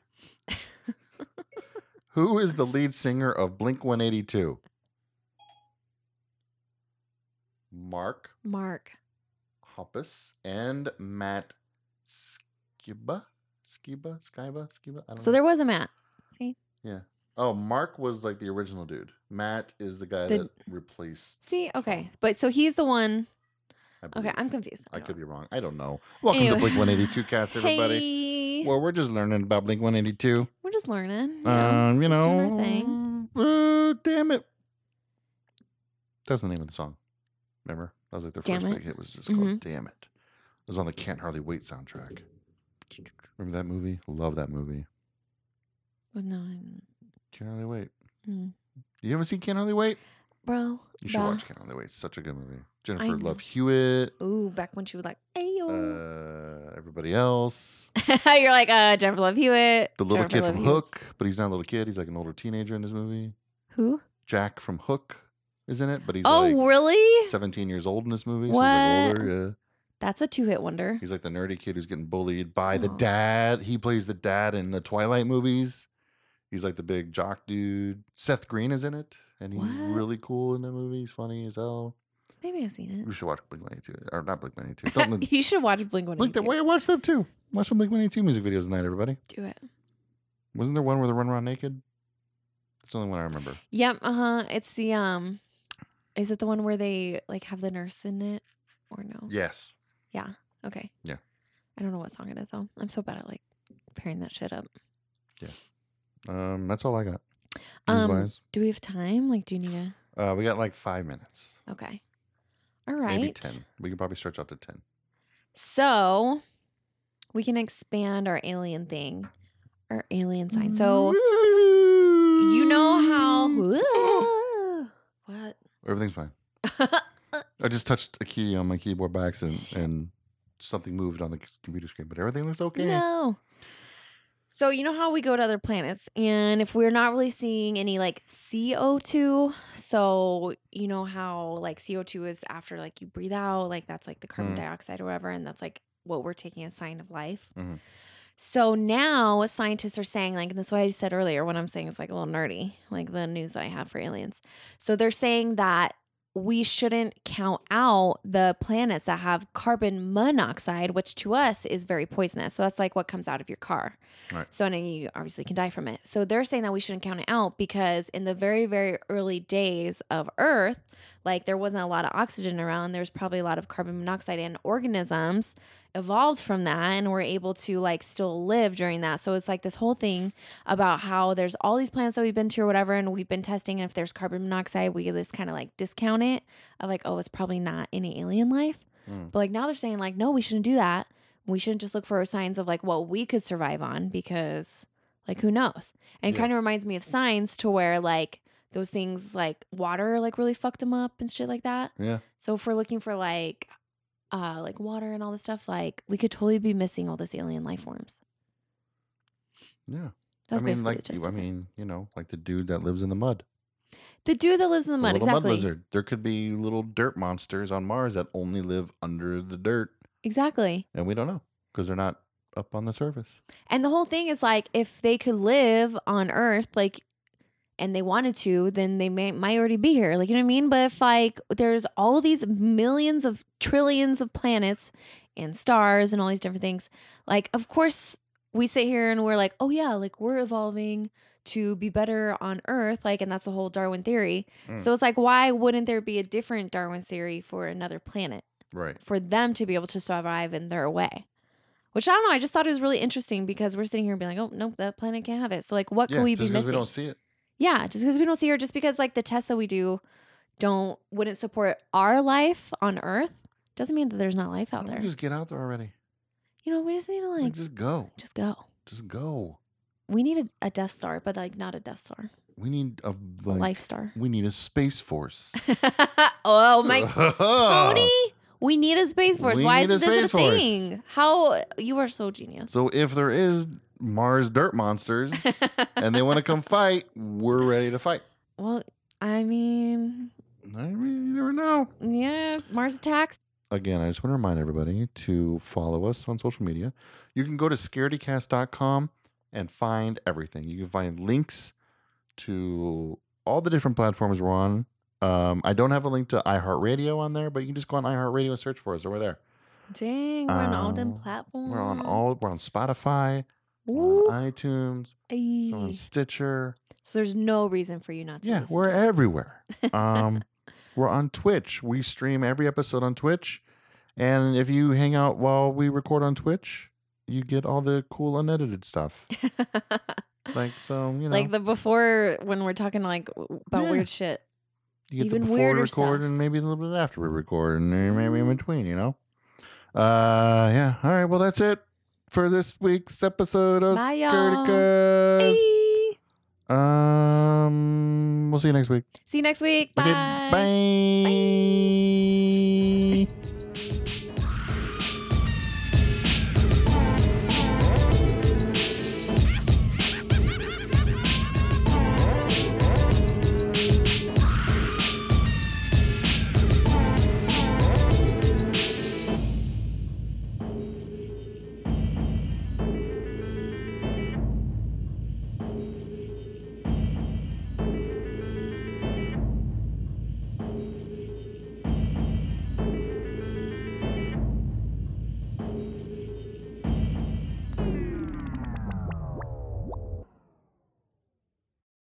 Speaker 1: Who is the lead singer of Blink 182? Mark
Speaker 2: mark
Speaker 1: Hoppus and Matt Skiba. Skiba? Skiba? Skiba? I don't
Speaker 2: so
Speaker 1: know.
Speaker 2: there was a matt see
Speaker 1: Oh, Mark was like the original dude. Matt is the guy
Speaker 2: The-
Speaker 1: that replaced.
Speaker 2: see okay
Speaker 1: Tom,
Speaker 2: but so he's the one
Speaker 1: I
Speaker 2: okay
Speaker 1: believe.
Speaker 2: i'm confused
Speaker 1: I
Speaker 2: don't
Speaker 1: could
Speaker 2: know.
Speaker 1: be wrong. I don't know. Welcome to
Speaker 2: Anyway.
Speaker 1: Blink 182
Speaker 2: (laughs)
Speaker 1: cast, everybody.
Speaker 2: Hey,
Speaker 1: Well, we're just learning about Blink 182.
Speaker 2: we're just learning you know,
Speaker 1: Um, you
Speaker 2: just
Speaker 1: know,
Speaker 2: doing our thing.
Speaker 1: uh, damn it. That's the name of the song. Remember? That was like their
Speaker 2: Damn
Speaker 1: first
Speaker 2: It?
Speaker 1: big hit was just called
Speaker 2: Mhm.
Speaker 1: Damn It. It was on the Can't Hardly Wait
Speaker 2: (sniffs)
Speaker 1: soundtrack. Remember that movie? Love that movie.
Speaker 2: Well, no, I didn't.
Speaker 1: Can't Hardly Wait.
Speaker 2: Mm.
Speaker 1: You ever seen Can't Hardly Wait?
Speaker 2: bro
Speaker 1: You should
Speaker 2: bruh.
Speaker 1: watch Can't Hardly Wait. It's such a good movie. Jennifer
Speaker 2: know.
Speaker 1: Love Hewitt,
Speaker 2: Ooh, back when she was like, "Ayo,"
Speaker 1: uh, everybody else.
Speaker 2: (laughs) you're like, "Uh, Jennifer Love Hewitt." (laughs)
Speaker 1: The little
Speaker 2: Jennifer
Speaker 1: kid from
Speaker 2: Love Hewitt's-
Speaker 1: Hook, but he's not a little kid. He's like an older teenager in this movie.
Speaker 2: Who?
Speaker 1: Jack from Hook is in it, but he's
Speaker 2: oh,
Speaker 1: like
Speaker 2: really?
Speaker 1: 17 years old in this movie. So he's like
Speaker 2: What?
Speaker 1: older. Yeah.
Speaker 2: That's a two-hit wonder.
Speaker 1: He's like the nerdy kid who's getting bullied by the
Speaker 2: Oh.
Speaker 1: dad. He plays the dad in the Twilight movies. He's like the big jock dude. Seth Green is in it, and he's
Speaker 2: What?
Speaker 1: really cool in the movie. He's funny as hell.
Speaker 2: Maybe I've seen
Speaker 1: You should watch Blink One Eighty Two, or not Blink One Eighty Two.
Speaker 2: (laughs)
Speaker 1: Don't
Speaker 2: it. you should watch Blink One
Speaker 1: Blink
Speaker 2: Eighty
Speaker 1: that
Speaker 2: Two.
Speaker 1: way. Watch them too. Watch some Blink One Eighty Two music videos tonight, everybody.
Speaker 2: Do it.
Speaker 1: Wasn't there one where they run around naked? That's the only one I remember.
Speaker 2: Yep. Uh huh. It's the um, is it the one where they like have the nurse in it or no?
Speaker 1: Yes.
Speaker 2: Okay.
Speaker 1: Yeah.
Speaker 2: I don't know what song it is though. I'm so bad at like pairing that shit up.
Speaker 1: Um, that's all I got.
Speaker 2: Um,
Speaker 1: News-wise.
Speaker 2: Do we have time? Like, do you need a?
Speaker 1: uh, we got like five minutes,
Speaker 2: Okay. All right.
Speaker 1: maybe ten. We can probably stretch out to ten.
Speaker 2: So we can expand our alien thing, our alien sign. So you know Mm, how. What? (laughs)
Speaker 1: Everything's fine. I just touched a key on my keyboard by accident
Speaker 2: Shit.
Speaker 1: and something moved on the c- computer screen, but everything looks okay.
Speaker 2: no. So you know how we go to other planets, and if we're not really seeing any like CO two, so you know how like CO two is after like you breathe out, like that's like the carbon
Speaker 1: Mm.
Speaker 2: dioxide or whatever, and that's like what we're taking as sign of life.
Speaker 1: Mhm.
Speaker 2: So now scientists are saying like, and that's why I said earlier what I'm saying is like a little nerdy, like the news that I have for aliens. So they're saying that we shouldn't count out the planets that have carbon monoxide, which to us is very poisonous. So that's like what comes out of your car.
Speaker 1: Right.
Speaker 2: So and then you obviously can die from it. So they're saying that we shouldn't count it out because in the very very early days of Earth, like there wasn't a lot of oxygen around. There's probably a lot of carbon monoxide and organisms evolved from that and were able to like still live during that. So it's like this whole thing about how there's all these plants that we've been to or whatever, and we've been testing. And if there's carbon monoxide, we just kind of like discount it of like, oh, it's probably not any alien life.
Speaker 1: Mm.
Speaker 2: But like now they're saying, like, no, we shouldn't do that. We shouldn't just look for signs of like what we could survive on because like who knows? And it
Speaker 1: Yeah.
Speaker 2: kind of reminds me of signs to where like those things like water like really fucked them up and shit like that.
Speaker 1: Yeah.
Speaker 2: So if we're looking for like uh like water and all this stuff, like we could totally be missing all this alien life forms.
Speaker 1: Yeah.
Speaker 2: That's
Speaker 1: I mean,
Speaker 2: basically
Speaker 1: like,
Speaker 2: the gist
Speaker 1: you- I
Speaker 2: of it.
Speaker 1: mean, you know, like the dude that lives in the mud.
Speaker 2: the dude that lives in the mud,
Speaker 1: little
Speaker 2: exactly.
Speaker 1: mud lizard. There could be little dirt monsters on Mars that only live under the dirt,
Speaker 2: Exactly.
Speaker 1: and we don't know because they're not up on the surface.
Speaker 2: And the whole thing is like if they could live on Earth, like and they wanted to, then they may might already be here. Like you know what I mean? But if like there's all these millions of trillions of planets and stars and all these different things, like of course we sit here and we're like, oh yeah, like we're evolving to be better on Earth, like and that's the whole Darwin theory.
Speaker 1: Mm.
Speaker 2: So it's like why wouldn't there be a different Darwin theory for another planet?
Speaker 1: Right.
Speaker 2: for them to be able to survive in their way. Which I don't know. I just thought it was really interesting because we're sitting here being like, oh, nope, that planet can't have it. So, like, what
Speaker 1: yeah,
Speaker 2: could we
Speaker 1: just
Speaker 2: be
Speaker 1: 'cause
Speaker 2: missing?
Speaker 1: We don't see it.
Speaker 2: yeah, just because we don't see her, just because, like, the tests that we do don't, wouldn't support our life on Earth doesn't mean that there's not life out
Speaker 1: Why don't
Speaker 2: there.
Speaker 1: we just get out there already.
Speaker 2: you know, we just need to,
Speaker 1: Like,
Speaker 2: like,
Speaker 1: just go.
Speaker 2: just go.
Speaker 1: Just go.
Speaker 2: We need a, a Death Star, but, like, not a Death Star,
Speaker 1: We need a
Speaker 2: a
Speaker 1: like,
Speaker 2: Life Star. (laughs)
Speaker 1: We need a space force.
Speaker 2: oh,
Speaker 1: (laughs)
Speaker 2: my Tony, we need a Space Force.
Speaker 1: We
Speaker 2: Why
Speaker 1: need
Speaker 2: isn't
Speaker 1: a
Speaker 2: this
Speaker 1: Space
Speaker 2: a
Speaker 1: Force.
Speaker 2: thing? How, you are so genius.
Speaker 1: So if there is Mars dirt monsters
Speaker 2: (laughs)
Speaker 1: and they want to come fight, we're ready to fight.
Speaker 2: Well, I mean,
Speaker 1: I mean, you never know.
Speaker 2: yeah, Mars attacks.
Speaker 1: again, I just want to remind everybody to follow us on social media. You can go to scaredycast.com and find everything. You can find links to all the different platforms we're on. Um, I don't have a link to iHeartRadio on there, but you can just go on iHeartRadio and search for us, and we're there.
Speaker 2: Dang, we're on all them
Speaker 1: Um,
Speaker 2: platforms.
Speaker 1: We're on all. We're on Spotify,
Speaker 2: Woo.
Speaker 1: on iTunes, we're on
Speaker 2: Ay.
Speaker 1: Stitcher.
Speaker 2: So there's no reason for you not to.
Speaker 1: Yeah,
Speaker 2: listen
Speaker 1: we're
Speaker 2: to us. (laughs)
Speaker 1: everywhere. Um, we're on Twitch. We stream every episode on Twitch, and if you hang out while we record on Twitch, you get all the cool unedited
Speaker 2: (laughs)
Speaker 1: stuff. Like so, you know,
Speaker 2: like the before when we're talking like w- about
Speaker 1: Yeah.
Speaker 2: weird shit.
Speaker 1: you get
Speaker 2: even
Speaker 1: the before we
Speaker 2: weirder
Speaker 1: record
Speaker 2: stuff.
Speaker 1: and maybe a little bit after we record, and then maybe in
Speaker 2: Mm.
Speaker 1: between. You know. Uh, yeah. All right. Well, that's it for this week's episode of
Speaker 2: Bye, y'all.
Speaker 1: Scaredycast.
Speaker 2: Ay.
Speaker 1: Um, we'll see you next week.
Speaker 2: See you next week.
Speaker 1: Okay,
Speaker 2: Bye.
Speaker 1: bye.